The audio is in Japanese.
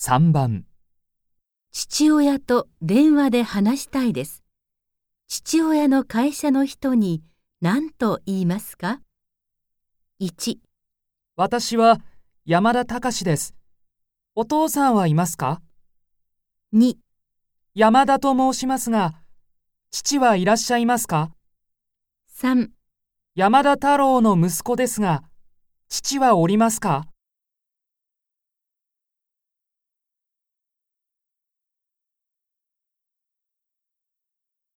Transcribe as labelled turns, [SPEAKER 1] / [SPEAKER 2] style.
[SPEAKER 1] 3番、
[SPEAKER 2] 父親と電話で話したいです。父親の会社の人に何と言いますか ?1、
[SPEAKER 1] 私は山田隆です。お父さんはいますか
[SPEAKER 2] 2、
[SPEAKER 1] 山田と申しますが、父はいらっしゃいますか
[SPEAKER 2] 3
[SPEAKER 1] 山田太郎の息子ですが、父はおりますか